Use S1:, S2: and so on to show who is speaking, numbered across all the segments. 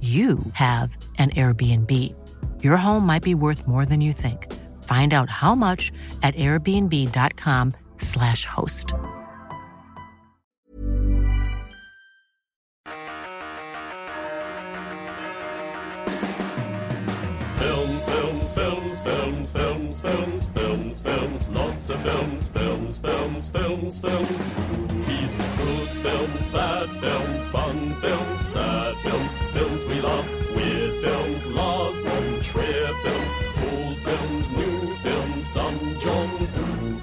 S1: you have an Airbnb. Your home might be worth more than you think. Find out how much at airbnb.com/slash host.
S2: Films, films, films, films, films, films, films, films, lots of films, films, films, films, films, movies, good films, bad films, fun films, sad films, films we love, weird films, Lars von Trier films, old films, new films, some John Woo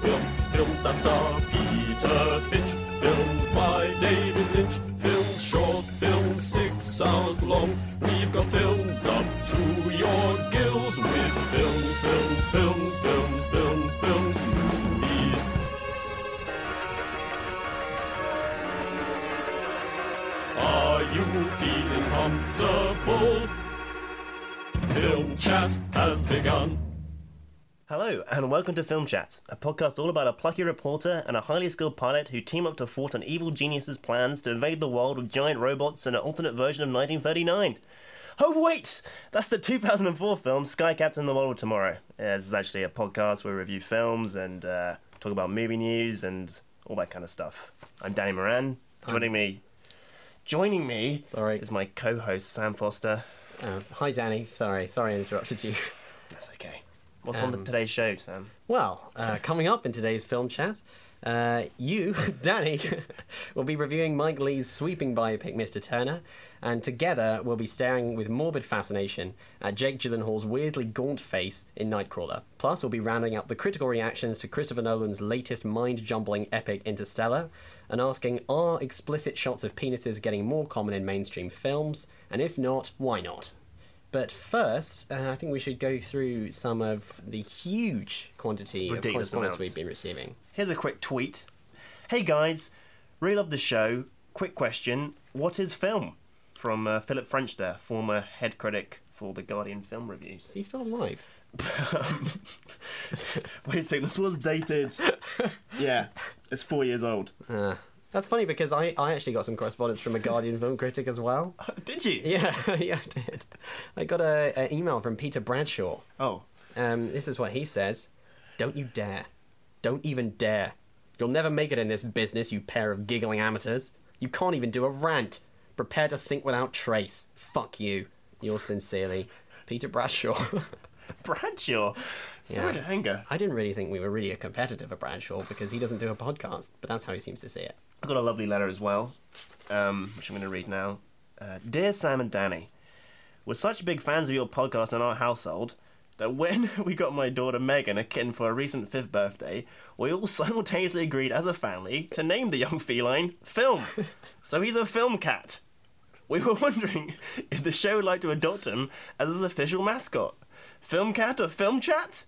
S2: films, films that star Peter Finch, films by David Lynch, films short, films six hours long. We've got films up to your gills with films, films, films, films, films, films, movies. Are you feeling comfortable? Film chat has begun.
S3: Hello, and welcome to Film Chat, a podcast all about a plucky reporter and a highly skilled pilot who team up to thwart an evil genius's plans to invade the world with giant robots and an alternate version of 1939. Oh, wait! That's the 2004 film Sky Captain the World Tomorrow. Yeah, this is actually a podcast where we review films and uh, talk about movie news and all that kind of stuff. I'm Danny Moran. Joining me. Joining me
S4: Sorry.
S3: is my co host, Sam Foster.
S4: Um, hi, Danny. Sorry, sorry I interrupted you.
S3: That's okay. What's on the, today's show, Sam?
S4: Well, uh, coming up in today's film chat, uh, you, Danny, will be reviewing Mike Lee's sweeping biopic, Mr. Turner, and together we'll be staring with morbid fascination at Jake Gyllenhaal's weirdly gaunt face in Nightcrawler. Plus, we'll be rounding up the critical reactions to Christopher Nolan's latest mind jumbling epic, Interstellar, and asking are explicit shots of penises getting more common in mainstream films? And if not, why not? But first, uh, I think we should go through some of the huge quantity
S3: Ridiculous
S4: of correspondence
S3: amounts.
S4: we've been receiving.
S3: Here's a quick tweet. Hey guys, really love the show. Quick question: What is film? From uh, Philip French, there, former head critic for the Guardian film reviews.
S4: Is he still alive?
S3: Wait a second, this was dated. yeah, it's four years old.
S4: Uh, That's funny because I, I actually got some correspondence from a Guardian film critic as well.
S3: Did you?
S4: Yeah, yeah, I did. I got a an email from Peter Bradshaw.
S3: Oh,
S4: Um, this is what he says Don't you dare. Don't even dare. You'll never make it in this business, you pair of giggling amateurs. You can't even do a rant. Prepare to sink without trace. Fuck you. Yours sincerely, Peter Bradshaw.
S3: Bradshaw. Sorry
S4: Yeah.
S3: to anger.
S4: I didn't really think we were really a competitor for Bradshaw because he doesn't do a podcast, but that's how he seems to see it.
S3: I got a lovely letter as well, um, which I'm going to read now. Uh, Dear Sam and Danny, we're such big fans of your podcast in our household that when we got my daughter Megan a kitten for her recent fifth birthday, we all simultaneously agreed as a family to name the young feline Film. so he's a film cat. We were wondering if the show would like to adopt him as his official mascot. Film cat or film chat?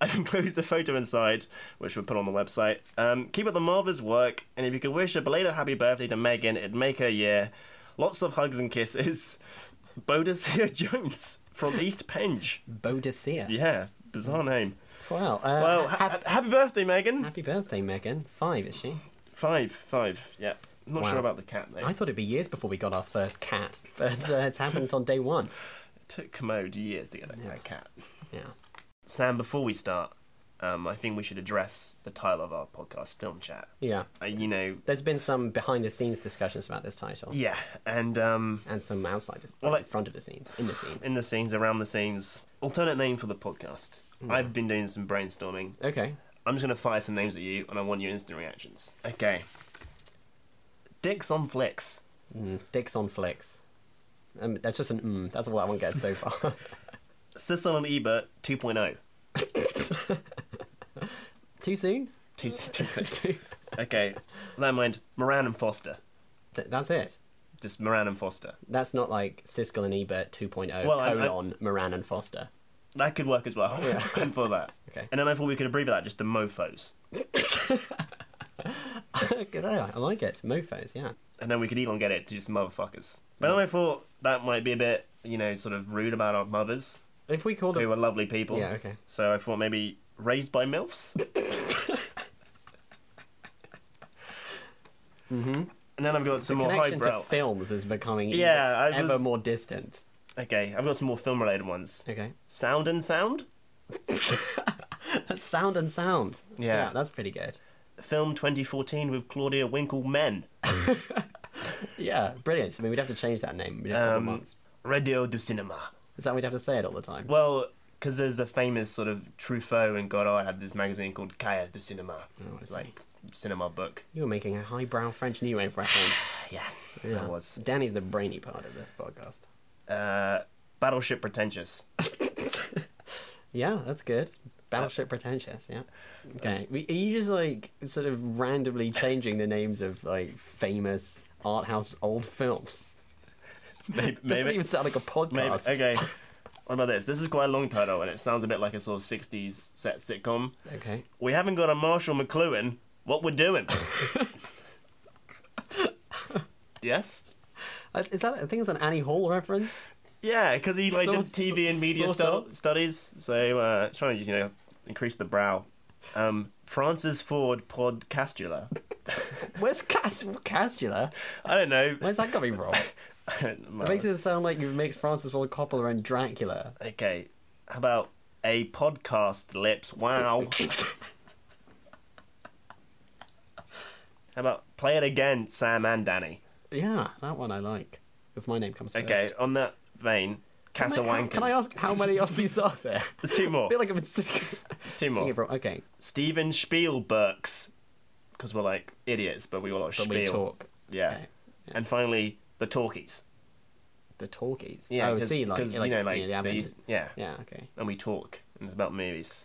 S3: I've enclosed a photo inside, which we'll put on the website. Um, keep up the marvellous work, and if you could wish a belated happy birthday to Megan, it'd make her year. Lots of hugs and kisses. Bodicea Jones from East Penge.
S4: Bodicea.
S3: Yeah, bizarre name.
S4: Wow. Uh,
S3: Well,
S4: ha-
S3: ha- ha- happy birthday, Megan.
S4: happy birthday, Megan. Five, is she?
S3: Five, five. Yeah, I'm not
S4: Wow.
S3: sure about the cat though.
S4: I thought it'd be years before we got our first cat, but uh, it's happened on day one.
S3: It took Commode years to get a cat.
S4: Yeah.
S3: Sam, before we start, um, I think we should address the title of our podcast, Film Chat.
S4: Yeah.
S3: Uh, you know,
S4: There's been some behind the scenes discussions about this title.
S3: yeah, and um,
S4: And some outsiders.
S3: Well,
S4: Well,
S3: like-
S4: in front of the scenes. In the scenes.
S3: in the scenes, around the scenes, alternate name for the podcast. I've been doing some brainstorming.
S4: Okay.
S3: I'm just going to fire some names at you, and I want your instant reactions. Okay. Dicks on flicks.
S4: Mm, dicks on flicks. Um, that's just an mm. That's all that one gets so far.
S3: Sisson and Ebert oh. 2.0.
S4: Too soon?
S3: Two, two, two. okay, with that in mind, Moran and Foster.
S4: Th- that's it.
S3: Just Moran and Foster.
S4: That's not like Siskel and Ebert 2.0
S3: Well, I- I-
S4: colon Moran and Foster.
S3: That could work as well. and for that.
S4: Okay.
S3: And then I thought we could abbreviate that just to mofos.
S4: Good idea. I like it. Mofos, yeah.
S3: And then we could elongate it to just motherfuckers. But then I thought that might be a bit, you know, sort of rude about our mothers,
S4: If we called
S3: who
S4: it.
S3: were lovely people.
S4: Yeah, okay.
S3: So I thought maybe raised by MILFs? mm-hmm. And then I've got some more
S4: Mm-hmm. Connection to
S3: highbrow.
S4: films is becoming
S3: Yeah, I
S4: yeah, ever
S3: was-
S4: more distant.
S3: okay, I've got some more film related ones.
S4: Okay.
S3: Sound and sound?
S4: Sound and sound.
S3: Yeah.
S4: that's pretty good.
S3: Film 2014 with Claudia Winkle Men.
S4: Yeah, brilliant. I mean, we'd have to change that name in a
S3: Um,
S4: couple of months.
S3: Radio du Cinema.
S4: Is that we'd have to say it all the time?
S3: Well, because there's a famous sort of Truffaut and Godard had this magazine called Cahiers du Cinema.
S4: Oh, I
S3: it's
S4: see.
S3: like cinema book.
S4: You were making a highbrow French New Wave reference.
S3: Yeah,
S4: Yeah.
S3: it was.
S4: Danny's the brainy part of the podcast.
S3: Uh, Battleship Pretentious.
S4: Yeah, that's good. Battleship Pretentious, yeah. Okay. We- Are you just like sort of randomly changing the names of like famous art house old films?
S3: Maybe.
S4: Doesn't
S3: maybe,
S4: even sound like a
S3: maybe.
S4: podcast.
S3: Okay. What about this? This is quite a long title, and it sounds a bit like a sort of 60s set sitcom.
S4: Okay.
S3: We haven't got a Marshall McLuhan. What we're doing? yes?
S4: Uh, Is that I think it's an Annie Hall reference?
S3: Yeah, because he like
S4: Sort-
S3: did TV and media
S4: sort
S3: stu-
S4: of.
S3: studies, so uh, it's trying to you know increase the brow. Um, Francis Ford Pod Castula.
S4: Where's Cas- Castula?
S3: I don't know.
S4: Where's that coming from?
S3: I don't know.
S4: It makes it sound like you makes Francis Ford Coppola and Dracula.
S3: Okay, how about a podcast lips? Wow. how about play it again, Sam and Danny?
S4: Yeah, that one I like. Because my name comes first.
S3: Okay, on that vein,
S4: Can I-
S3: Casawankers.
S4: Can I ask how many of these are there?
S3: There's two more.
S4: I feel like I've been sick.
S3: two more.
S4: okay,
S3: Steven Spielbergs, because we're like idiots, but we all are
S4: but
S3: Spiel.
S4: we talk.
S3: Yeah.
S4: Okay.
S3: And finally, the talkies.
S4: The talkies.
S3: Yeah,
S4: oh,
S3: 'cause-
S4: see, like,
S3: 'cause,
S4: like,
S3: you know, like
S4: yeah, I
S3: they
S4: mean-
S3: use- yeah.
S4: yeah, okay.
S3: and we talk, and it's about movies.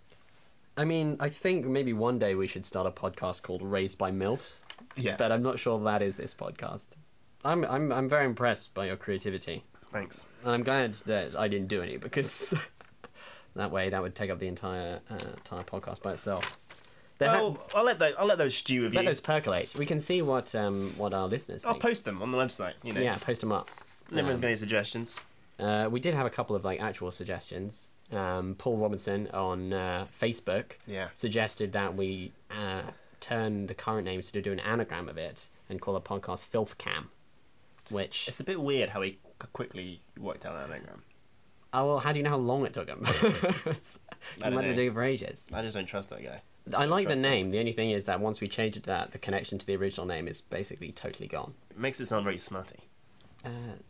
S4: I mean, I think maybe one day we should start a podcast called Raised by MILFs.
S3: Yeah.
S4: But I'm not sure that is this podcast. I'm I'm I'm very impressed by your creativity.
S3: Thanks.
S4: And I'm glad that I didn't do any because that way that would take up the entire uh, entire podcast by itself. There ha-
S3: Well, I'll let those. I'll let those stew with
S4: let
S3: you.
S4: those percolate. We can see what um what our listeners
S3: I'll
S4: think.
S3: post them on the website. You know.
S4: yeah, post them up.
S3: And Everyone's got any suggestions?
S4: Uh, we did have a couple of like actual suggestions. Um, Paul Robinson on uh, Facebook
S3: Yeah.
S4: suggested that we uh, turn the current names to do an anagram of it and call the podcast Filth Cam, which
S3: It's a bit weird how he c- quickly worked out that anagram.
S4: oh well, how do you know how long it took him?
S3: I
S4: I
S3: don't
S4: might
S3: know.
S4: have doing it for ages.
S3: I just don't trust that guy.
S4: I like the
S3: Trust him.
S4: name. The only thing is that once we change it to that, the connection to the original name is basically totally gone.
S3: It makes it sound very smutty.
S4: Uh,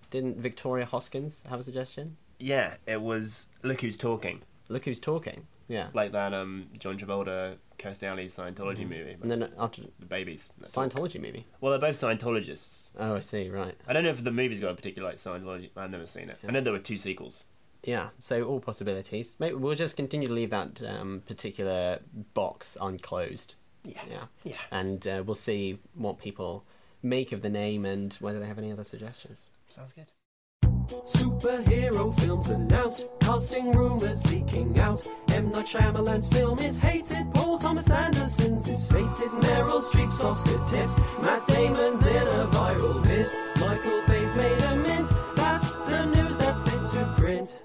S4: didn't Victoria Hoskins have a suggestion?
S3: Yeah, it was. Look who's talking.
S4: Look who's talking. Yeah.
S3: Like that um John Travolta, Kirstie Alley Scientology
S4: Mm-hmm.
S3: movie.
S4: and then after
S3: the babies. that talk.
S4: Scientology movie.
S3: Well, they're both Scientologists.
S4: Oh, I see. Right.
S3: I don't know if the movie's got a particular like Scientology. I've never seen it. I know there were two sequels.
S4: Yeah, so all possibilities. Maybe we'll just continue to leave that um, particular box unclosed. Yeah. Yeah.
S3: Yeah.
S4: And uh, we'll see what people make of the name and whether they have any other suggestions.
S3: Sounds good.
S5: Superhero films announced, casting rumors leaking out. M. Night Shyamalan's film is hated, Paul Thomas Anderson's is fated, Meryl Streep's Oscar tipped, Matt Damon's in a viral vid, Michael Bay's made a mint. That's the news that's fit to print.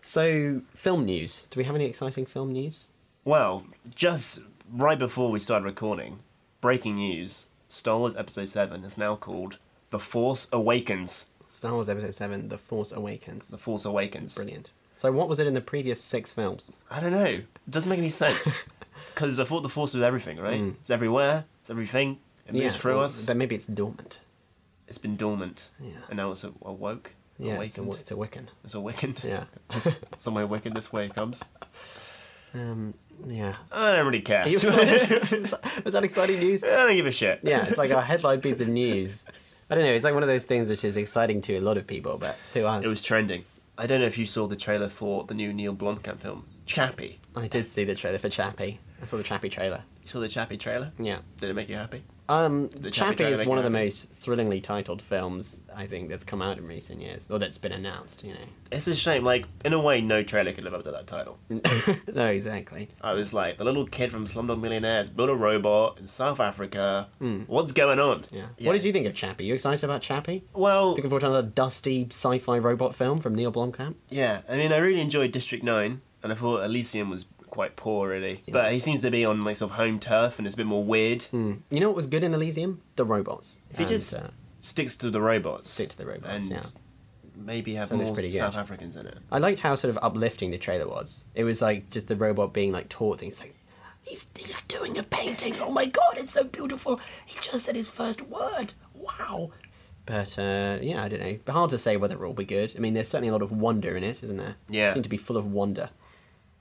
S4: So, film news. Do we have any exciting film news?
S3: Well, just right before we started recording, breaking news: Star Wars Episode Seven is now called The Force Awakens.
S4: Star Wars Episode 7 The Force Awakens.
S3: The Force Awakens.
S4: Brilliant. So what was it in the previous six films?
S3: I don't know. It doesn't make any sense. Because I thought the Force was everything, right? It's everywhere. It's everything. It moves through
S4: Hmm. well,
S3: us.
S4: But maybe it's dormant.
S3: It's been dormant.
S4: Yeah.
S3: And now it's a- awoke.
S4: Yeah, it's a,
S3: awakened.
S4: wi- it's a Wiccan.
S3: It's awakened.
S4: Yeah.
S3: Somewhere wicked this way comes.
S4: Um, yeah.
S3: I don't really care.
S4: Are you excited? was that- was that exciting news?
S3: I don't give a shit.
S4: Yeah, it's like our headline piece of news. I don't know. It's like one of those things which is exciting to a lot of people, but to us,
S3: It was trending. I don't know if you saw the trailer for the new Neil Blomkamp film, Chappie.
S4: I did see the trailer for Chappie. I saw the Chappie trailer.
S3: You saw the Chappie trailer?
S4: Yeah.
S3: Did it make you happy?
S4: Um,
S3: The Chappie
S4: Chappie,
S3: trailer
S4: is
S3: make
S4: one of the
S3: you happy?
S4: most thrillingly titled films I think that's come out in recent years, or that's been announced. You know.
S3: It's a shame. Like, in a way, no trailer could live up to that title.
S4: Mm. no, exactly.
S3: I was like, the little kid from Slumdog Millionaires built a robot in South Africa. What's going on?
S4: Mm. Yeah. What did you think of Chappie? You excited about Chappie?
S3: Well,
S4: Looking forward to another dusty sci-fi robot film from Neil Blomkamp.
S3: yeah. I mean, I really enjoyed District Nine, and I thought Elysium was quite poor, really. But he seems to be on like sort of home turf, and it's a bit more weird.
S4: You know what was good in Elysium? The robots.
S3: If he
S4: And,
S3: just
S4: uh,
S3: sticks to the robots,
S4: stick to the robots.
S3: and
S4: yeah.
S3: maybe have
S4: So that's
S3: more
S4: pretty good.
S3: South Africans in it.
S4: I liked how sort of uplifting the trailer was. It was like just the robot being like taught things like he's he's doing a painting. Oh my god, it's so beautiful. He just said his first word. Wow. But uh, yeah, I don't know. But hard to say whether it'll be good. I mean, there's certainly a lot of wonder in it, isn't there?
S3: Yeah.
S4: It seemed to be full of wonder.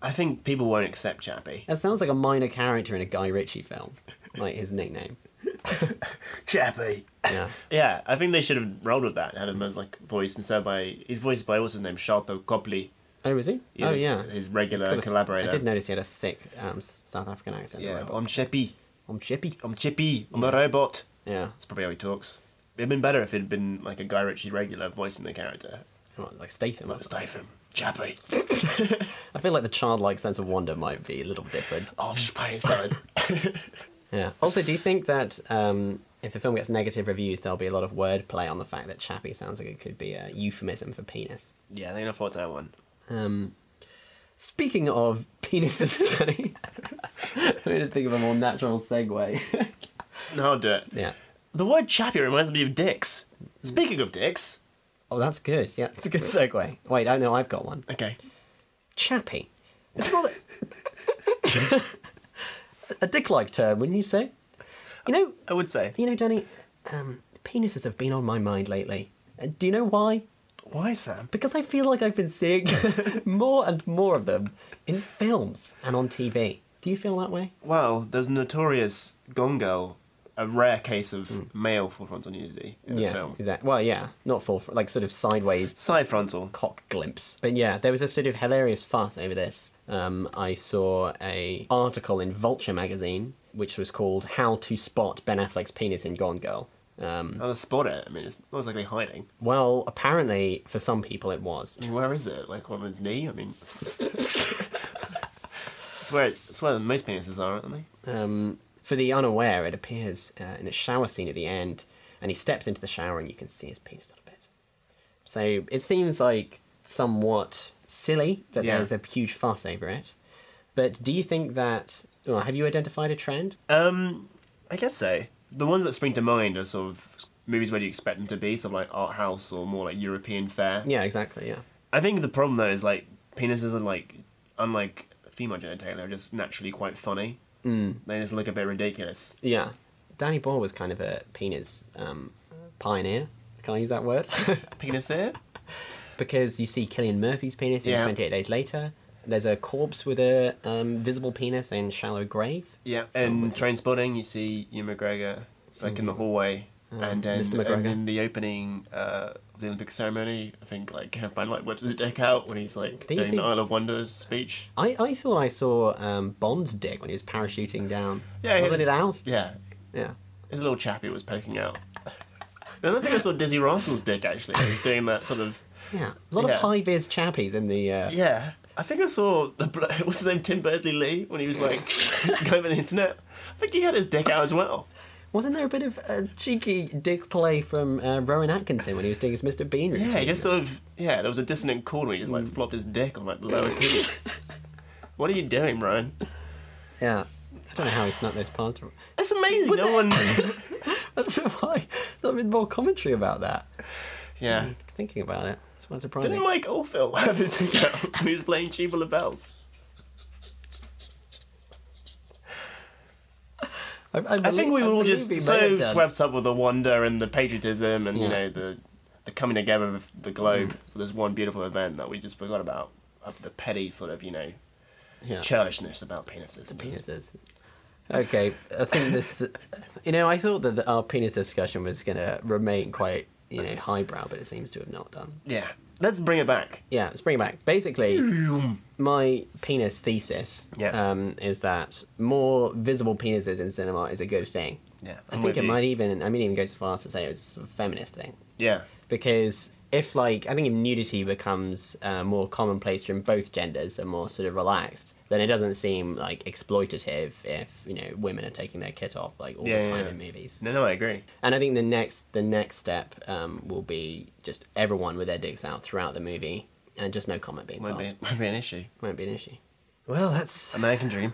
S3: I think people won't accept Chappie.
S4: That sounds like a minor character in a Guy Ritchie film, like his nickname.
S3: Chappie.
S4: Yeah.
S3: Yeah, I think they should have rolled with that and had him as like voice instead by he's voiced by what's his name, Sharto Copley.
S4: Oh, is he?
S3: He
S4: oh,
S3: was
S4: yeah.
S3: his regular
S4: He's got a th-
S3: collaborator.
S4: I did notice he had a thick um, s- South African accent. the
S3: Yeah,
S4: robot.
S3: I'm Chappie.
S4: I'm chippy.
S3: I'm Chippy. I'm a robot.
S4: Yeah.
S3: That's probably how he talks. It'd been better if it'd been like a Guy Ritchie regular voicing the character.
S4: Well, like Statham. or
S3: But
S4: something.
S3: Statham, Chappie, Oh,
S4: I feel like the childlike sense of wonder might be a little different.
S3: off space son.
S4: Yeah. Also, do you think that um, if the film gets negative reviews, there'll be a lot of wordplay on the fact that chappy sounds like it could be a euphemism for penis?
S3: yeah, they can afford that one.
S4: Um, speaking of penises, study, I need to think of a more natural segue.
S3: No, I'll do it.
S4: yeah.
S3: The word Chappie reminds me of dicks. Speaking of dicks,
S4: Oh, that's good. Yeah, it's a good segue. Wait, I know I've got one.
S3: okay.
S4: Chappy. It's called a- a dick-like term, wouldn't you say? You know,
S3: I would say.
S4: You know, Danny, um, penises have been on my mind lately. Uh, do you know why?
S3: Why, Sam?
S4: Because I feel like I've been seeing more and more of them in films and on TV. Do you feel that way?
S3: Well, there's notorious Gongo, a rare case of male full frontal nudity in
S4: Hmm. yeah,
S3: a film.
S4: exactly. Well, yeah, not full, fr- like sort of sideways
S3: Side frontal.
S4: cock glimpse. But yeah, there was a sort of hilarious fuss over this. Um, I saw a article in Vulture magazine which was called "How to Spot Ben Affleck's Penis in Gone Girl." Um,
S3: I'll spot it. I mean, it's not exactly hiding.
S4: well, apparently for some people it was.
S3: Where is it? Like woman's knee? I mean, it's where it's, it's where most penises are, aren't they?
S4: Um, for the unaware, it appears uh, in a shower scene at the end, and he steps into the shower, and you can see his penis a little bit. So it seems like somewhat silly that
S3: Yeah.
S4: there's a huge fuss over it. But do you think that? Well, have you identified a trend?
S3: Um, I guess so. The ones that spring to mind are sort of movies where you expect them to be, sort of like art house or more like European fare.
S4: yeah, exactly. Yeah,
S3: I think the problem though is like penises are like, unlike female genitalia, are just naturally quite funny.
S4: Hmm.
S3: Mm. They just look a bit ridiculous.
S4: yeah. Danny Boyle was kind of a penis um, pioneer. Can I use that word?
S3: Penis here?
S4: because you see Killian Murphy's penis in
S3: Yeah.
S4: 28 Days Later. There's a corpse with a um, visible penis in Shallow Grave.
S3: Yeah, and train spotting, you see Ewan McGregor, it's like in the hallway, and then and
S4: Mr. Mm. McGregor.
S3: in the opening uh, of the Olympic ceremony, I think like Kenneth Branagh whips his dick out when he's like
S4: Did you
S3: doing
S4: see-
S3: the Isle of Wonders speech.
S4: I, I thought I saw um, Bond's dick when he was parachuting down.
S3: Yeah,
S4: wasn't
S3: yeah.
S4: it out?
S3: Yeah,
S4: Yeah.
S3: his little chappy was poking out. The other thing I saw Dizzy Russell's dick actually. He was doing that sort of
S4: Yeah. A lot
S3: Yeah.
S4: of high vis chappies in the. Uh,
S3: yeah. I think I saw the blo- what's his name Tim Berners Lee when he was like going over the internet. I think he had his dick out as well.
S4: Wasn't there a bit of uh, cheeky dick play from uh, Rowan Atkinson when he was doing his Mr. Bean routine?
S3: Yeah, he just sort of yeah. There was a dissonant chord where he just like flopped his dick on like the lower keys. what are you doing, Ryan?
S4: Yeah. I don't know how he snuck those past. her.
S3: That's amazing. no one.
S4: That's why there's been more commentary about that.
S3: yeah,
S4: Thinking about it. It's quite surprising.
S3: Didn't Mike Oldfield have his dick out when he was playing Tubular Bells?
S4: I, I
S3: I think
S4: believe-
S3: we were
S4: I
S3: all
S4: believe
S3: just
S4: he may
S3: so
S4: have done.
S3: swept up with the wonder and the patriotism and
S4: Yeah.
S3: you know the the coming together of the globe for this one beautiful event that we just forgot about of the petty sort of you know
S4: Yeah.
S3: churlishness about penises.
S4: penises. Okay, I think this. You know, I thought that the- our penis discussion was going to remain quite, you know, highbrow, but it seems to have not done.
S3: Yeah, let's bring it back.
S4: Yeah, let's bring it back. Basically, my penis thesis
S3: Yeah.
S4: um, is that more visible penises in cinema is a good thing.
S3: Yeah,
S4: I
S3: I'm
S4: think
S3: with
S4: it
S3: you.
S4: might even. I mean, even go so far as to say it was a sort of feminist thing
S3: Yeah,
S4: because if like I think if nudity becomes uh, more commonplace from both genders and more sort of relaxed, then it doesn't seem like exploitative if you know women are taking their kit off like all
S3: Yeah,
S4: the time
S3: yeah.
S4: in movies.
S3: no, no, I agree.
S4: And I think the next the next step um, will be just everyone with their dicks out throughout the movie and just no comment being
S3: Won't be,
S4: passed.
S3: won't be an issue.
S4: Won't be an issue. Well, that's
S3: American dream.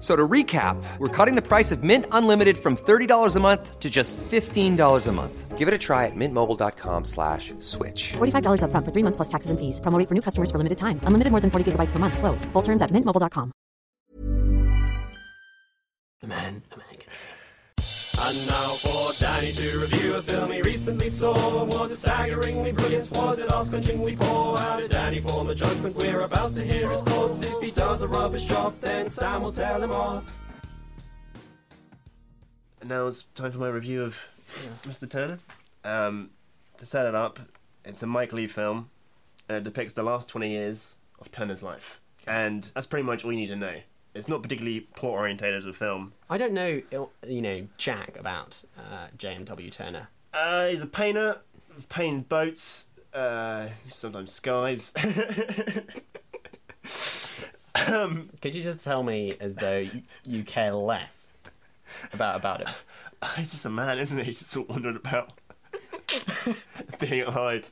S6: So to recap, we're cutting the price of Mint Unlimited from $30 a month to just $15 a month. Give it a try at mintmobile.com slash switch.
S7: $45 upfront for three months plus taxes and fees. Promo rate for new customers for limited time. Unlimited more than 40 gigabytes per month. Slows. Full terms at mintmobile.com.
S4: the man. The man. can-
S5: And now for Danny to review a film he recently saw. Was it staggeringly brilliant? Was it ass clenchingly poor? How did Danny form a judgment? We're about to hear his thoughts. If he does a rubbish job, then Sam will tell him off.
S3: now it's time for my review of Mr. Turner. Um, to set it up, it's a Mike Lee film. And it depicts the last 20 years of Turner's life. And that's pretty much all you need to know. It's not particularly plot orientated as a film.
S4: I don't know, you know, Jack about uh, J.M.W. Turner.
S3: Uh, he's a painter, paints boats, uh, sometimes skies.
S4: Could you just tell me as though you, you care less about about it?
S3: He's just a man, isn't he? He's just all wandering about, being alive.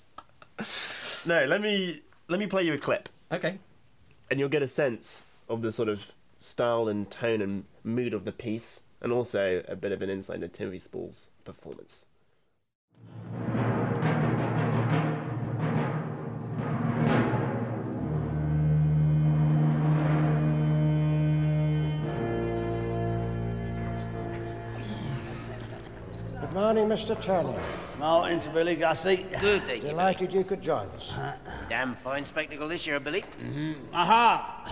S3: No, let me let me play you a clip.
S4: Okay.
S3: and you'll get a sense of the sort of style and tone and mood of the piece, and also a bit of an insight into Timothy Spall's performance.
S8: Good morning, Mr. Turner.
S9: Martin to Billy Gussie. Good day, Uh-huh. to you, Billy.
S8: Delighted you could join us.
S9: Damn fine spectacle this year, Billy.
S10: Aha!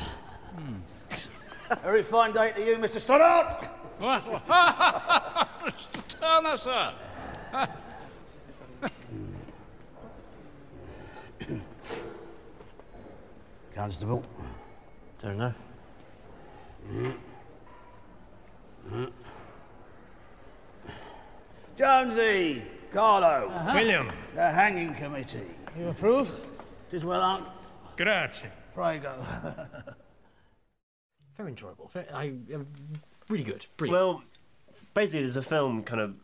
S9: Very fine day to you, Mr. Stoddard.
S10: Mr. Turner, sir.
S9: Constable. Turner. Jonesy, Carlo,
S10: Uh-huh. William,
S9: the hanging committee. You approve? Tis well, Aunt.
S10: grazie.
S9: Pray go.
S4: Very enjoyable. Very, I, um, really good. Brilliant.
S3: Well, basically, there's a film kind of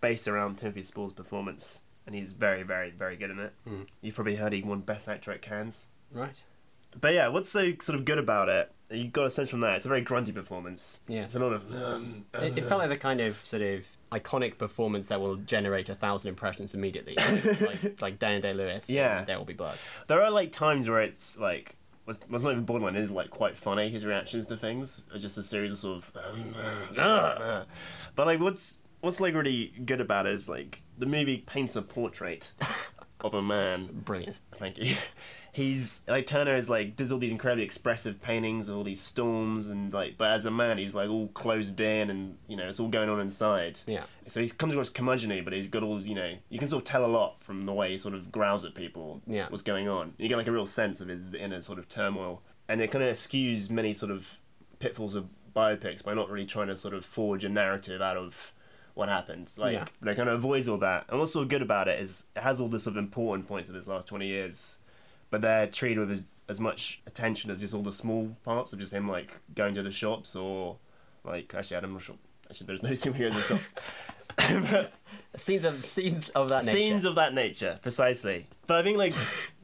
S3: based around Timothy Spall's performance, and he's very, very, very good in it. You've probably heard he won Best Actor at Cannes.
S4: right.
S3: But yeah, what's so sort of good about it? You got a sense from that. It's a very grunty performance.
S4: Yes.
S3: It's a lot of. Um,
S4: It, it felt like the kind of sort of iconic performance that will generate a thousand impressions immediately, like, like Daniel Day Lewis.
S3: Yeah.
S4: There will be blood.
S3: there are like times where it's like was was not even borderline it is like quite funny his reactions to things are just a series of sort of um, uh, uh. but like what's what's like really good about it is like the movie paints a portrait of a man
S4: Brilliant.
S3: thank you he's like turner is like does all these incredibly expressive paintings of all these storms and like but as a man he's like all closed in and you know it's all going on inside
S4: Yeah.
S3: so he comes across curmudgeonly, but he's got all his, you know, you can sort of tell a lot from the way he sort of growls at people
S4: Yeah.
S3: what's going on. You get like a real sense of his inner sort of turmoil. And it kind of eschews many sort of pitfalls of biopics by not really trying to sort of forge a narrative out of what happened. Like,
S4: Yeah.
S3: they kind of avoids all that. And what's so good about it is it has all the sort of important points of his last 20 years, but they're treated with as, as much attention as just all the small parts of just him, like, going to the shops or, like, actually, I'm not sure. Actually, there's no superheroes in shops.
S4: scenes of scenes of that nature.
S3: Scenes of that nature, precisely. But I think, like,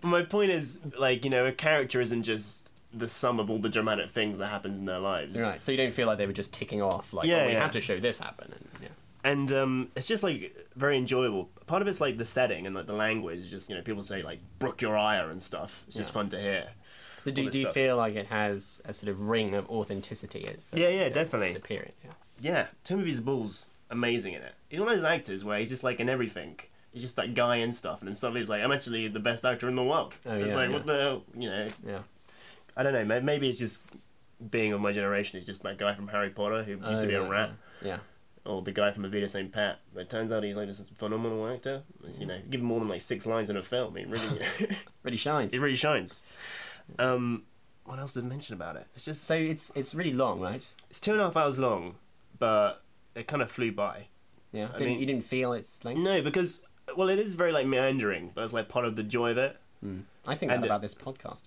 S3: my point is, like, you know, a character isn't just the sum of all the dramatic things that happens in their lives.
S4: right. So you don't feel like they were just ticking off. Like,
S3: Yeah,
S4: oh, we
S3: yeah.
S4: have to show this happen. And, yeah.
S3: and um, it's just like very enjoyable. Part of it's like the setting and like the language. Just you know, people say like "brook your ire" and stuff. It's just fun to hear.
S4: So
S3: All
S4: do,
S3: this
S4: do you
S3: stuff.
S4: feel like it has a sort of ring of authenticity? in- For,
S3: Yeah, yeah,
S4: the-
S3: definitely.
S4: The period. Yeah.
S3: Yeah, Timothy Bull's amazing in it. He's one of those actors where he's just like in everything. He's just that guy and stuff, and then suddenly he's like, "I'm actually the best actor in the world."
S4: Oh,
S3: it's
S4: yeah,
S3: like,
S4: yeah.
S3: what the hell? You know,
S4: Yeah.
S3: I don't know. may- Maybe it's just being of my generation. He's just that guy from Harry Potter who used
S4: Oh,
S3: to be a
S4: right,
S3: rat,
S4: Yeah.
S3: or the guy from Avita St. Pat. But it turns out he's like this phenomenal actor. You know, give him more than like six lines in a film, he really.
S4: Really shines.
S3: It really shines. Um, what else did I mention about it? It's just
S4: so it's it's really long, right?
S3: it's two and a half hours long, but it kind of flew by.
S4: Yeah.
S3: I
S4: Didn't,
S3: mean-
S4: you didn't feel its length.
S3: No, because well, it is very like meandering, but it's like part of the joy of it.
S4: I think that
S3: and-
S4: about this podcast.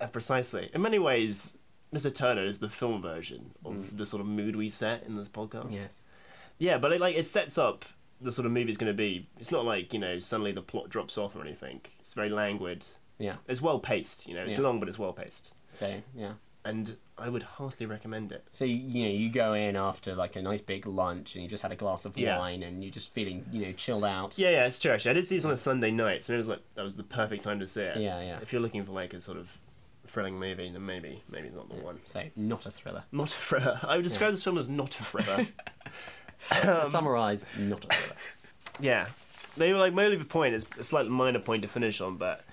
S3: Uh, precisely. In many ways, Mr. Turner is the film version of the sort of mood we set in this podcast.
S4: Mm. yes.
S3: Yeah, but it, like it sets up the sort of movie it's going to be. It's not like you know suddenly the plot drops off or anything. It's very languid.
S4: Yeah.
S3: It's well paced. You know, it's
S4: Yeah.
S3: long but it's well paced,
S4: So yeah.
S3: and I would heartily recommend it.
S4: So you, you know you go in after like a nice big lunch and you just had a glass of
S3: Yeah.
S4: wine and you're just feeling you know chilled out.
S3: Yeah, yeah, it's true. Actually, I did see this on a Sunday night, so it was like that was the perfect time to see it.
S4: Yeah, yeah.
S3: If you're looking for like a sort of thrilling movie, then maybe, maybe not the one.
S4: So not a thriller.
S3: Not a thriller. I would describe this film as not a thriller. Um,
S4: to summarise, not a thriller.
S3: yeah, they were like my only point is a slightly minor point to finish on, but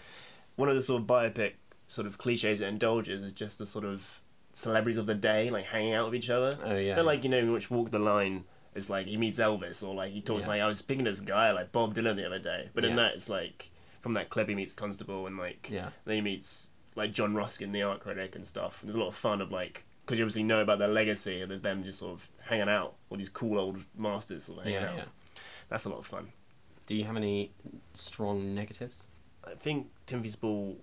S3: one of the sort of biopic sort of cliches it indulges is just the sort of celebrities of the day like hanging out with each other.
S4: Oh, yeah,
S3: They're like you know, which walk the line. It's like he meets Elvis, or like he talks
S4: Yeah.
S3: like I was speaking to this guy like Bob Dylan the other day. But in
S4: Yeah.
S3: that, it's like from that clip he meets Constable and like
S4: Yeah.
S3: then he meets like John Ruskin, the art critic, and stuff. And there's a lot of fun of like because you obviously know about their legacy and there's them just sort of hanging out, all these cool old masters sort of hanging
S4: Yeah,
S3: out.
S4: yeah.
S3: That's a lot of fun.
S4: Do you have any strong negatives?
S3: I think Timothy's ball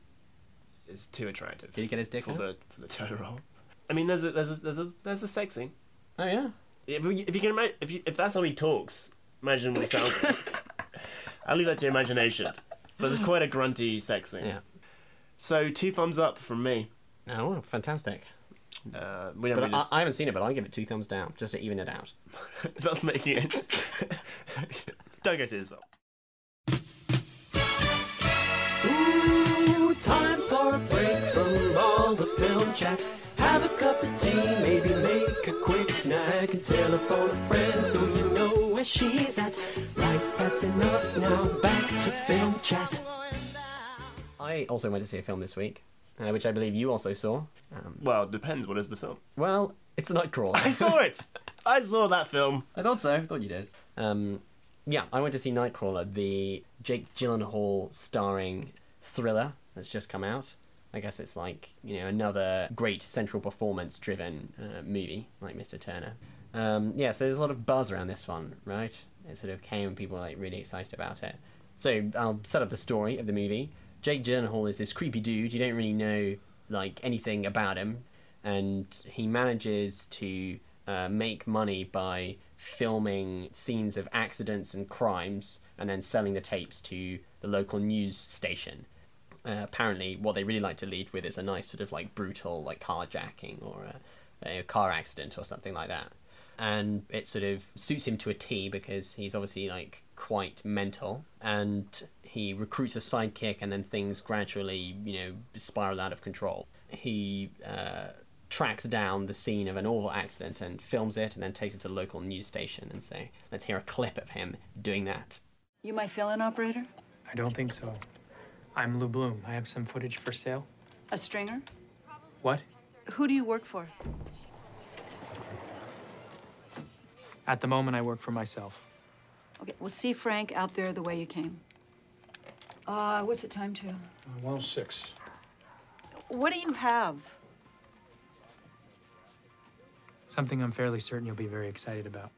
S3: is too attractive.
S4: Did he get his dick
S3: for
S4: out?
S3: the for the turtle roll? I mean, there's a there's a there's a there's a sex scene.
S4: Oh yeah.
S3: If you, if you can imagine, if you, if that's how he talks, imagine what he sounds like. I'll leave that to your imagination. But there's quite a grunty sex scene.
S4: Yeah.
S3: So two thumbs up from me.
S4: Oh, well, fantastic.
S3: Uh, we don't really
S4: But I,
S3: just-
S4: I haven't seen it, but I give it two thumbs down just to even it out.
S3: That's making it. Don't go see this film.
S5: Ooh, time for a break from all the film chat. Have a cup of tea, maybe make a quick snack, and telephone a friend so you know where she's at. Right, that's enough now. Back to film chat.
S4: I also went to see a film this week, uh, which I believe you also saw. Um,
S3: Well, depends. What is the film?
S4: well, it's a
S3: I
S4: Nightcrawler.
S3: saw it. I saw that film.
S4: I thought so. I thought you did. Um, yeah, I went to see Nightcrawler, the Jake Gyllenhaal starring thriller that's just come out. I guess it's like you know another great central performance-driven uh, movie like Mr. Turner. Um, yeah, so there's a lot of buzz around this one, right? It sort of came and people were like really excited about it. So I'll set up the story of the movie. Jake Gyllenhaal is this creepy dude. You don't really know like anything about him, and he manages to uh, make money by filming scenes of accidents and crimes, and then selling the tapes to the local news station. Uh, apparently, what they really like to lead with is a nice sort of like brutal like carjacking or a, a car accident or something like that. And it sort of suits him to a T because he's obviously like quite mental, and he recruits a sidekick, and then things gradually you know spiral out of control. He uh, tracks down the scene of an awful accident and films it, and then takes it to the local news station and say, "Let's hear a clip of him doing that."
S11: You my fill in operator?
S12: I don't think so. I'm Lou Bloom. I have some footage for sale.
S11: A stringer?
S12: What?
S11: Who do you work for?
S12: At the moment, I work for myself.
S11: Okay, well, see Frank out there the way you came. Uh, what's it time to?
S8: 106.
S11: What do you have?
S12: Something I'm fairly certain you'll be very excited about.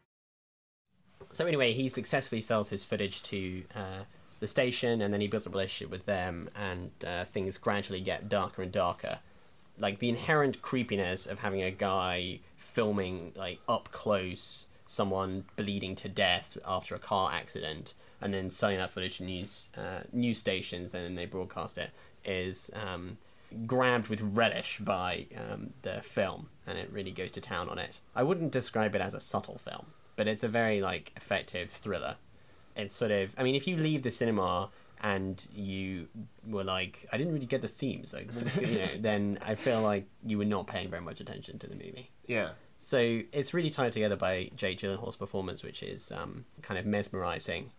S4: So anyway, he successfully sells his footage to uh, the station, and then he builds a relationship with them, and uh, things gradually get darker and darker. Like the inherent creepiness of having a guy filming like up close someone bleeding to death after a car accident, and then selling that footage to news uh, news stations, and then they broadcast it is um, grabbed with relish by um, the film, and it really goes to town on it. I wouldn't describe it as a subtle film, but it's a very like effective thriller. It's sort of, I mean, if you leave the cinema and you were like, I didn't really get the themes, like, what was go-" you know, then I feel like you were not paying very much attention to the movie.
S3: Yeah.
S4: So it's really tied together by Jake Gyllenhaal's performance, which is um, kind of mesmerizing.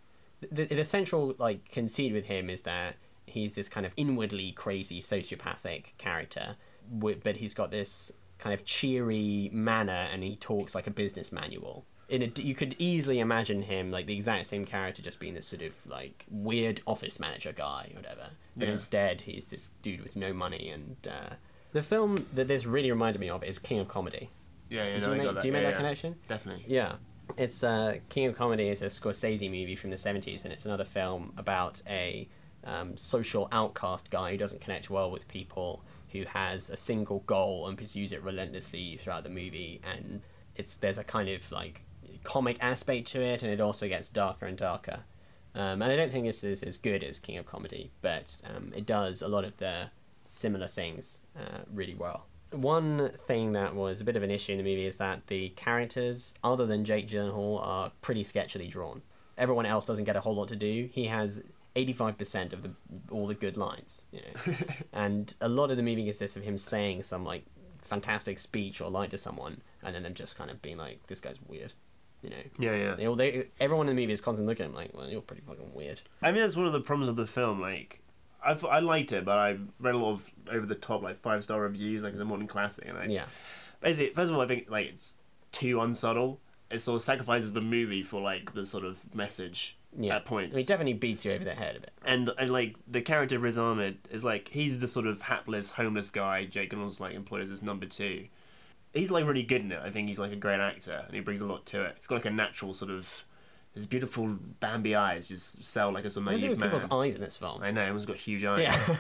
S4: The, the central like conceit with him is that he's this kind of inwardly crazy sociopathic character, wi- but he's got this kind of cheery manner and he talks like a business manual. In a, you could easily imagine him like the exact same character, just being this sort of like weird office manager guy, or whatever. But
S3: Yeah.
S4: instead, he's this dude with no money. And uh, the film that this really reminded me of is King of Comedy.
S3: Yeah, yeah,
S4: Did
S3: no,
S4: you
S3: I
S4: make-
S3: got that.
S4: do you make
S3: Yeah,
S4: that
S3: yeah.
S4: connection?
S3: Definitely.
S4: Yeah. It's uh, King of Comedy is a Scorsese movie from the 70s, and it's another film about a um, social outcast guy who doesn't connect well with people, who has a single goal and pursues it relentlessly throughout the movie. And it's there's a kind of like comic aspect to it, and it also gets darker and darker. Um, and I don't think this is as good as King of Comedy, but um, it does a lot of the similar things uh, really well. One thing that was a bit of an issue in the movie is that the characters, other than Jake Gyllenhaal, are pretty sketchily drawn. Everyone else doesn't get a whole lot to do. He has 85% of the all the good lines, you know. and a lot of the movie consists of him saying some like fantastic speech or line to someone, and then them just kind of being like, "This guy's weird," you know.
S3: Yeah, yeah.
S4: They, all- they, everyone in the movie is constantly looking at him like, "Well, you're pretty fucking weird."
S3: I mean, that's one of the problems of the film. Like, I, th- I liked it, but I read a lot of over the top, like five star reviews, like the Morning Classic, and I
S4: Yeah.
S3: Basically, first of all, I think like it's too unsubtle. It sort of sacrifices the movie for like the sort of message
S4: Yeah.
S3: at points.
S4: He definitely beats you over the head a bit.
S3: and and like the character of Riz Ahmed is like he's the sort of hapless homeless guy Jake Gyllenhaal's like employed as his number two. He's like really good in it. I think he's like a great actor and he brings a lot to it. He's got like a natural sort of his beautiful Bambi eyes just sell like a sort of
S4: What is it
S3: naive
S4: with
S3: man.
S4: people's eyes in this film?
S3: I know everyone's got huge eyes.
S4: Yeah.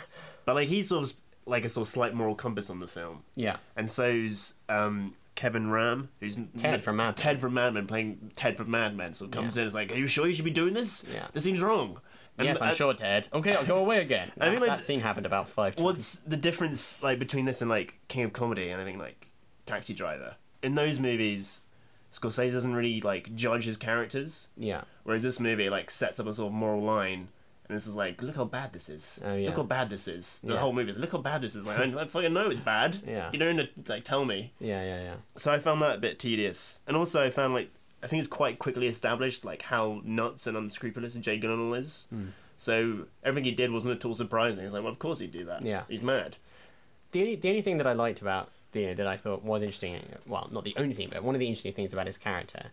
S3: but like he's sort of like a sort of slight moral compass on the film.
S4: Yeah.
S3: And so's um, Kevin Ram, who's
S4: Ted from Mad Men.
S3: Ted from Mad Men playing Ted from Mad Men. So comes
S4: Yeah.
S3: in, and is like, "Are you sure you should be doing this?
S4: Yeah.
S3: This seems wrong." And
S4: yes, I'm
S3: I-
S4: sure, Ted. Okay, I'll go away again.
S3: I
S4: I
S3: mean,
S4: mean,
S3: like-
S4: that scene happened about five times.
S3: What's the difference like between this and like King of Comedy and I think like Taxi Driver? In those movies, Scorsese doesn't really like judge his characters.
S4: Yeah.
S3: Whereas this movie like sets up a sort of moral line, and this is like, look how bad this is.
S4: Oh, yeah.
S3: Look how bad this is. The
S4: Yeah.
S3: whole movie is look how bad this is. Like I, I fucking know it's bad.
S4: Yeah.
S3: You don't need to, like tell me.
S4: Yeah, yeah, yeah.
S3: So I found that a bit tedious, and also I found like I think it's quite quickly established like how nuts and unscrupulous Jay Gyllenhaal is.
S4: Hmm.
S3: So everything he did wasn't at all surprising. It's like, well, of course he'd do that.
S4: Yeah.
S3: he's mad.
S4: The only, the only thing that I liked about the that I thought was interesting, well, not the only thing, but one of the interesting things about his character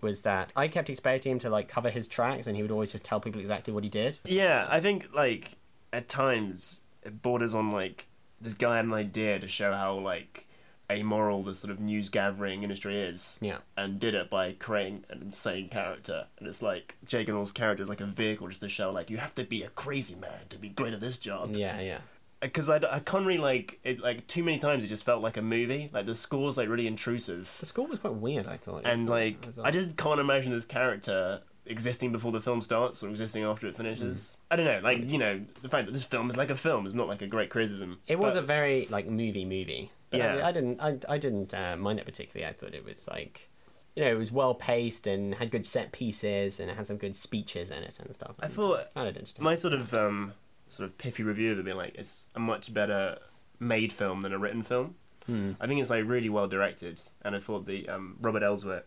S4: was that I kept expecting him to like cover his tracks, and he would always just tell people exactly what he did.
S3: Yeah, I think like at times it borders on like this guy had an idea to show how like amoral the sort of news gathering industry is.
S4: Yeah.
S3: And did it by creating an insane character. And it's like Jake Gyllenhaal's character is like a vehicle just to show like you have to be a crazy man to be great at this job.
S4: Yeah, yeah,
S3: Because I, I can't really like it like too many times it just felt like a movie. Like the score's like really intrusive.
S4: the score was quite weird. I thought, It
S3: And
S4: was,
S3: like
S4: it was
S3: I just can't imagine this character existing before the film starts or existing after it finishes.
S4: Mm.
S3: I don't know, like you know, the fact that this film is like a film is not like a great criticism.
S4: It was
S3: but-
S4: a very like movie movie. But
S3: Yeah.
S4: I, I didn't I, I didn't uh, mind it particularly. I thought it was like you know it was well paced and had good set pieces and it had some good speeches in it and stuff.
S3: I
S4: and
S3: thought-
S4: found it interesting.
S3: my sort of um sort of piffy review of it being like it's a much better made film than a written film.
S4: Hmm.
S3: I think it's like really well directed, and I thought the um, Robert Elswit,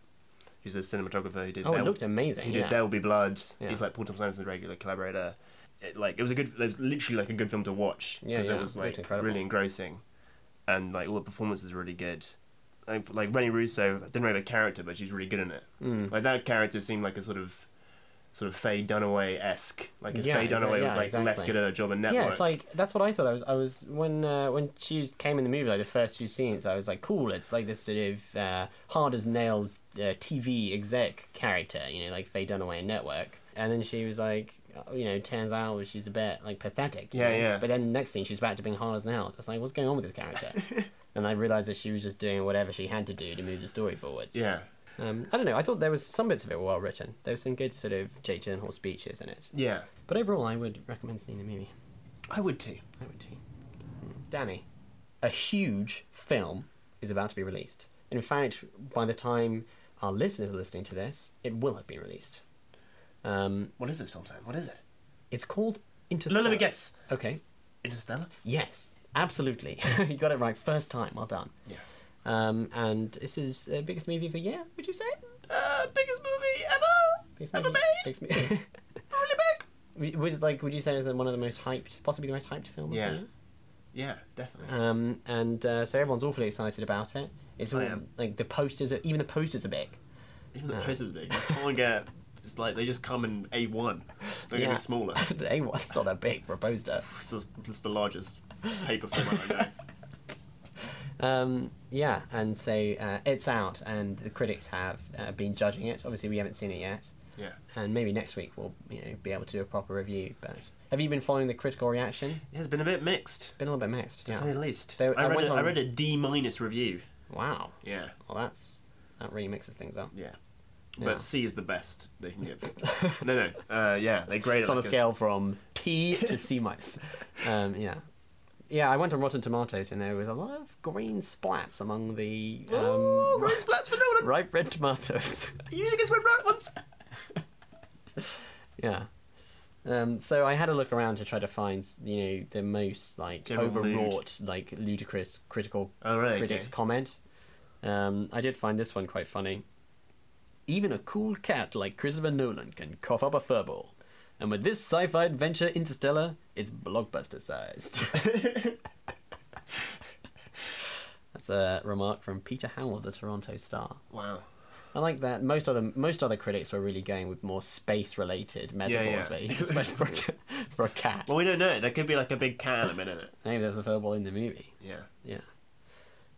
S3: who's a cinematographer who did
S4: oh, it
S3: There-
S4: looked amazing.
S3: He did
S4: yeah.
S3: There Will Be Blood.
S4: Yeah.
S3: He's like Paul Thomas Anderson's regular collaborator. It, like it was a good, it was literally like a good film to watch
S4: Yeah,
S3: because
S4: yeah,
S3: it was
S4: it looked
S3: like
S4: incredible.
S3: really engrossing, and like all the performances were really good. Like, like Renny Russo, I didn't really have a character, but she's really good in it.
S4: Mm.
S3: Like that character seemed like a sort of, sort of Faye Dunaway esque. Like if
S4: Yeah,
S3: Faye Dunaway
S4: exa-
S3: was
S4: yeah,
S3: like less
S4: exactly.
S3: good at her job in network.
S4: Yeah, it's like that's what I thought. I was I was when uh, when she was- came in the movie, like the first few scenes, I was like, cool. It's like this sort of uh, hard as nails uh, TV exec character, you know, like Faye Dunaway in Network. And then she was like, uh, you know, turns out she's a bit like pathetic. you
S3: Yeah,
S4: know?
S3: yeah.
S4: But then next scene, she's back to being hard as nails. It's like, what's going on with this character? and I realized that she was just doing whatever she had to do to move the story forwards.
S3: yeah.
S4: Um, I don't know. I thought there was some bits of it were well written. There was some good sort of Jake Gyllenhaal speeches in it.
S3: Yeah.
S4: But overall, I would recommend seeing the movie.
S3: I would too.
S4: I would too. Danny, a huge film is about to be released. In fact, by the time our listeners are listening to this, it will have been released. Um,
S3: what is this film, Sam? What is it?
S4: It's called
S3: No,
S4: Interstellar.
S3: let me guess.
S4: Okay.
S3: Interstellar?
S4: Yes, absolutely. you got it right first time. Well done.
S3: Yeah.
S4: Um, and this is uh, biggest movie of the year. Would you say?
S3: Uh, biggest movie ever?
S4: Biggest movie, biggest mo- Would- Would like would you say it's one of the most hyped, possibly the most hyped film? of the
S3: Yeah.
S4: year?
S3: Yeah, definitely.
S4: Um, and uh, so everyone's awfully excited about it. It's
S3: I
S4: all
S3: am.
S4: like the posters, are, even the posters are big.
S3: Even the
S4: Uh,
S3: posters are big. You can't get. It's like they just come in A1. They're going to
S4: Yeah.
S3: be smaller.
S4: a one's not that big for a poster.
S3: It's the, it's the largest paper format I know.
S4: Um, yeah, and so uh, it's out, and the critics have uh, been judging it. Obviously, we haven't seen it yet,
S3: Yeah.
S4: and maybe next week we'll you know be able to do a proper review. But have you been following the critical reaction?
S3: Yeah, it's been a bit mixed,
S4: Been a little bit mixed.
S3: to
S4: yeah.
S3: say the least.
S4: They-
S3: I,
S4: I
S3: read
S4: went
S3: a, I
S4: on- Oh.
S3: read a D minus review.
S4: Wow.
S3: Yeah.
S4: Well, that's that really mixes things up.
S3: Yeah.
S4: Yeah.
S3: But C is the best they can give. no, no. Uh, yeah, they grade
S4: It's
S3: it
S4: on a
S3: like
S4: scale from T to C minus. Um, yeah. Yeah, I went on Rotten Tomatoes and there was a lot of green splats among the um,
S3: Ooh, green splats Oh, for Nolan.
S4: ripe red tomatoes.
S3: It usually gets red right once.
S4: yeah. Um, so I had a look around to try to find, you know, the most like
S3: General
S4: overwrought, like ludicrous critical
S3: Oh, right,
S4: critics
S3: okay.
S4: comment. Um, I did find this one quite funny. Even a cool cat like Christopher Nolan can cough up a furball, and with this sci-fi adventure, Interstellar, it's blockbuster sized. That's a remark from Peter Howell of the Toronto Star.
S3: Wow.
S4: I like that. Most other most other critics were really going with more space related metaphors,
S3: yeah.
S4: but he just went for a, ca- for a cat.
S3: Well, we don't know. There could be like a big cat element in it.
S4: Maybe there's a furball in the movie.
S3: Yeah.
S4: Yeah.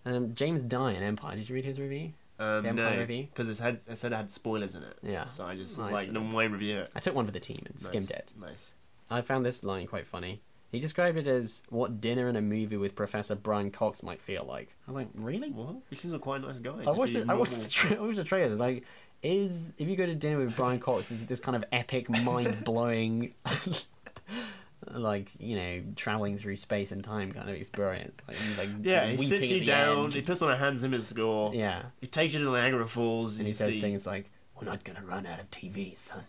S4: Um, James Dye in Empire. Did you read his review?
S3: Um,
S4: the Empire
S3: no,
S4: review.
S3: because it, had- it said it had spoilers in it.
S4: Yeah.
S3: So I just was
S4: Nice.
S3: like, no, why review it?
S4: I took one for the team and
S3: Nice.
S4: skimmed it.
S3: Nice.
S4: I found this line quite funny. He described it as what dinner in a movie with Professor Brian Cox might feel like. I was like, really?
S3: What? He seems like quite a nice guy.
S4: I
S3: to
S4: watched
S3: be
S4: the, I watched
S3: normal.
S4: the, tra- I watched the trailers. Like, is if you go to dinner with Brian Cox, is it this kind of epic, mind blowing, like you know, traveling through space and time kind of experience? Like, he's, like
S3: Yeah, he
S4: weeping
S3: sits
S4: at
S3: you
S4: the
S3: down.
S4: end.
S3: He puts on a Hans Zimmer score.
S4: Yeah,
S3: He takes you to Niagara Falls.
S4: and
S3: you
S4: he says
S3: see-
S4: things like, "We're not gonna run out of TV, son.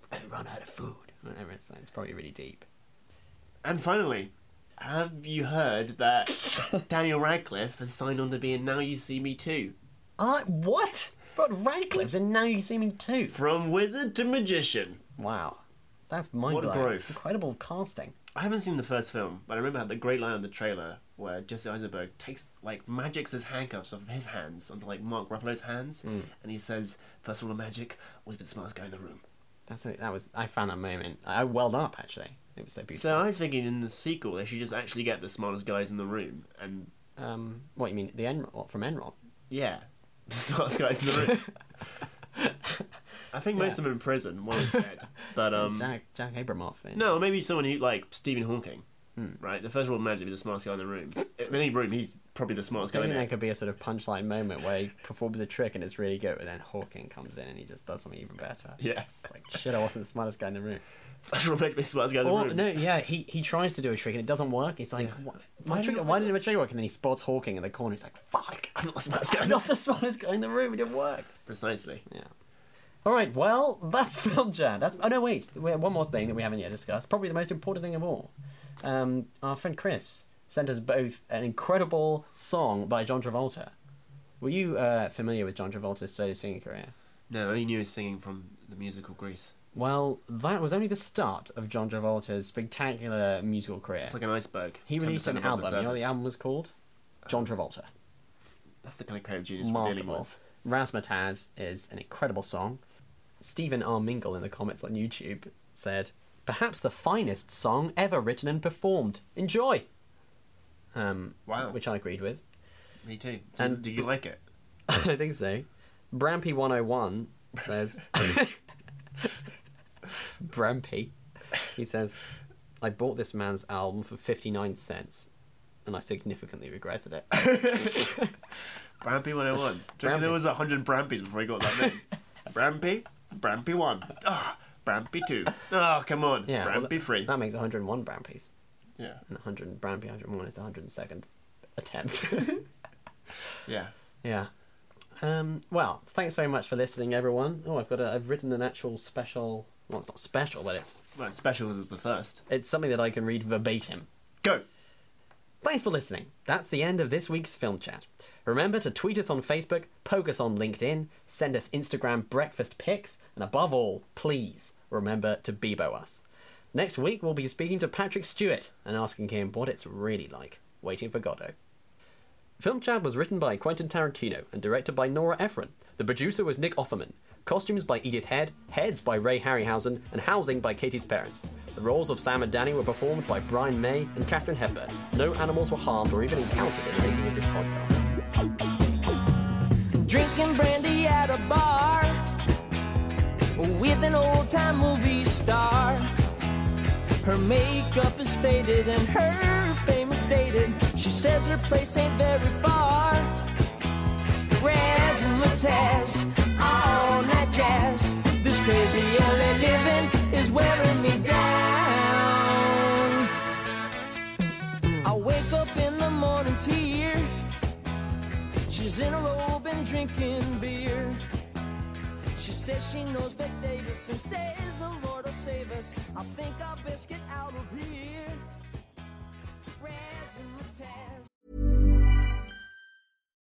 S4: We're gonna run out of food." Whatever it's like, it's probably really deep.
S3: And finally, have you heard that Daniel Radcliffe has signed on to be in Now You See Me Too?
S4: Uh, what? But Radcliffe's and now you see me too.
S3: From wizard to magician.
S4: Wow, that's mind blowing.
S3: growth.
S4: Incredible casting.
S3: I haven't seen the first film, but I remember I had the great line on the trailer where Jesse Eisenberg takes like magics his handcuffs off of his hands onto like Mark Ruffalo's hands, and he says, first rule of magic, always be the smartest guy in the room."
S4: That's it. That was I found that moment. I welled up actually. It was so beautiful.
S3: So I was thinking in the sequel they should just actually get the smartest guys in the room, and
S4: Um, what you mean the Enron what, from Enron?
S3: yeah, the smartest guys in the room. I think most of them are in prison. One is dead, but um,
S4: Jack Jack Abramoff. In.
S3: No, maybe someone who like Stephen Hawking,
S4: Hmm.
S3: right? The first rule of magic is the smartest guy in the room. In any room, he's probably the smartest
S4: I
S3: guy
S4: think
S3: in
S4: there
S3: it.
S4: could be a sort of punchline moment where he performs a trick and it's really good, but then Hawking comes in and he just does something even better.
S3: Yeah,
S4: It's like shit, I wasn't the smartest guy in the room.
S3: first rule of magic is the smartest guy in the
S4: Or
S3: room.
S4: Oh, no, yeah, he, he tries to do a trick and it doesn't work. He's like, "Wha- my
S3: Why
S4: trick,
S3: not?
S4: why didn't my trick work? And then he spots Hawking in the corner. He's like, fuck,
S3: I'm not the smartest guy.
S4: I'm not the smartest guy in the room. It didn't work.
S3: Precisely.
S4: Yeah. All right. Well, that's film chat. That's oh no, wait. we- One more thing that we haven't yet discussed. Probably the most important thing of all. Um, our friend Chris sent us both an incredible song by John Travolta. Were you uh, familiar with John Travolta's solo singing career?
S3: No, I only knew his singing from the musical Grease.
S4: Well, that was only the start of John Travolta's spectacular musical career.
S3: It's like an iceberg.
S4: he
S3: 10%
S4: released an
S3: above
S4: album. you know what the
S3: surface.
S4: album was called? John Travolta.
S3: That's the kind of creative genius Uh, we're dealing
S4: Masterful.
S3: with.
S4: Razzmatazz is an incredible song. Stephen R. Mingle in the comments on YouTube said, "Perhaps the finest song ever written and performed. Enjoy." Um,
S3: Wow.
S4: Which I agreed with.
S3: Me too. Do,
S4: And
S3: do you like it?
S4: I think so. Brampy one hundred and one says, "Brampy," he says, "I bought this man's album for fifty nine cents, and I significantly regretted it."
S3: Brampy 101. Do you reckon There was 100 Brampies before he got that name. Brampy, Brampy 1. Ah, Brampy 2. Oh, come on.
S4: Yeah, well,
S3: Brampy 3.
S4: That makes 101 Brampies.
S3: Yeah.
S4: And 100 Brampy 101 is the 102nd attempt.
S3: Yeah.
S4: yeah. Um, well, thanks very much for listening, everyone. Oh, I've got a, I've written an actual special. Well, it's not special, but it's
S3: well, special was the first.
S4: It's something that I can read verbatim.
S3: Go.
S4: Thanks for listening. That's the end of this week's film chat. Remember to tweet us on Facebook, poke us on LinkedIn, send us Instagram breakfast pics, and above all, please remember to Bebo us. Next week, we'll be speaking to Patrick Stewart and asking him what it's really like waiting for Godot. Film Chad was written by Quentin Tarantino and directed by Nora Ephron. The producer was Nick Offerman. Costumes by Edith Head, heads by Ray Harryhausen, and housing by Katie's parents. The roles of Sam and Danny were performed by Brian May and Catherine Hepburn. No animals were harmed or even encountered in the making of this podcast.
S13: Drinking brandy at a bar with an old time movie star. Her makeup is faded and her fame is dated. She says her place ain't very far. Razzmatazz, all night jazz. This crazy LA living is wearing me down. I wake up in the mornings here. She's in a robe and drinking beer. She says she knows Bette Davis and says the Lord will save us. I think I'll best get out of here. Razzmatazz.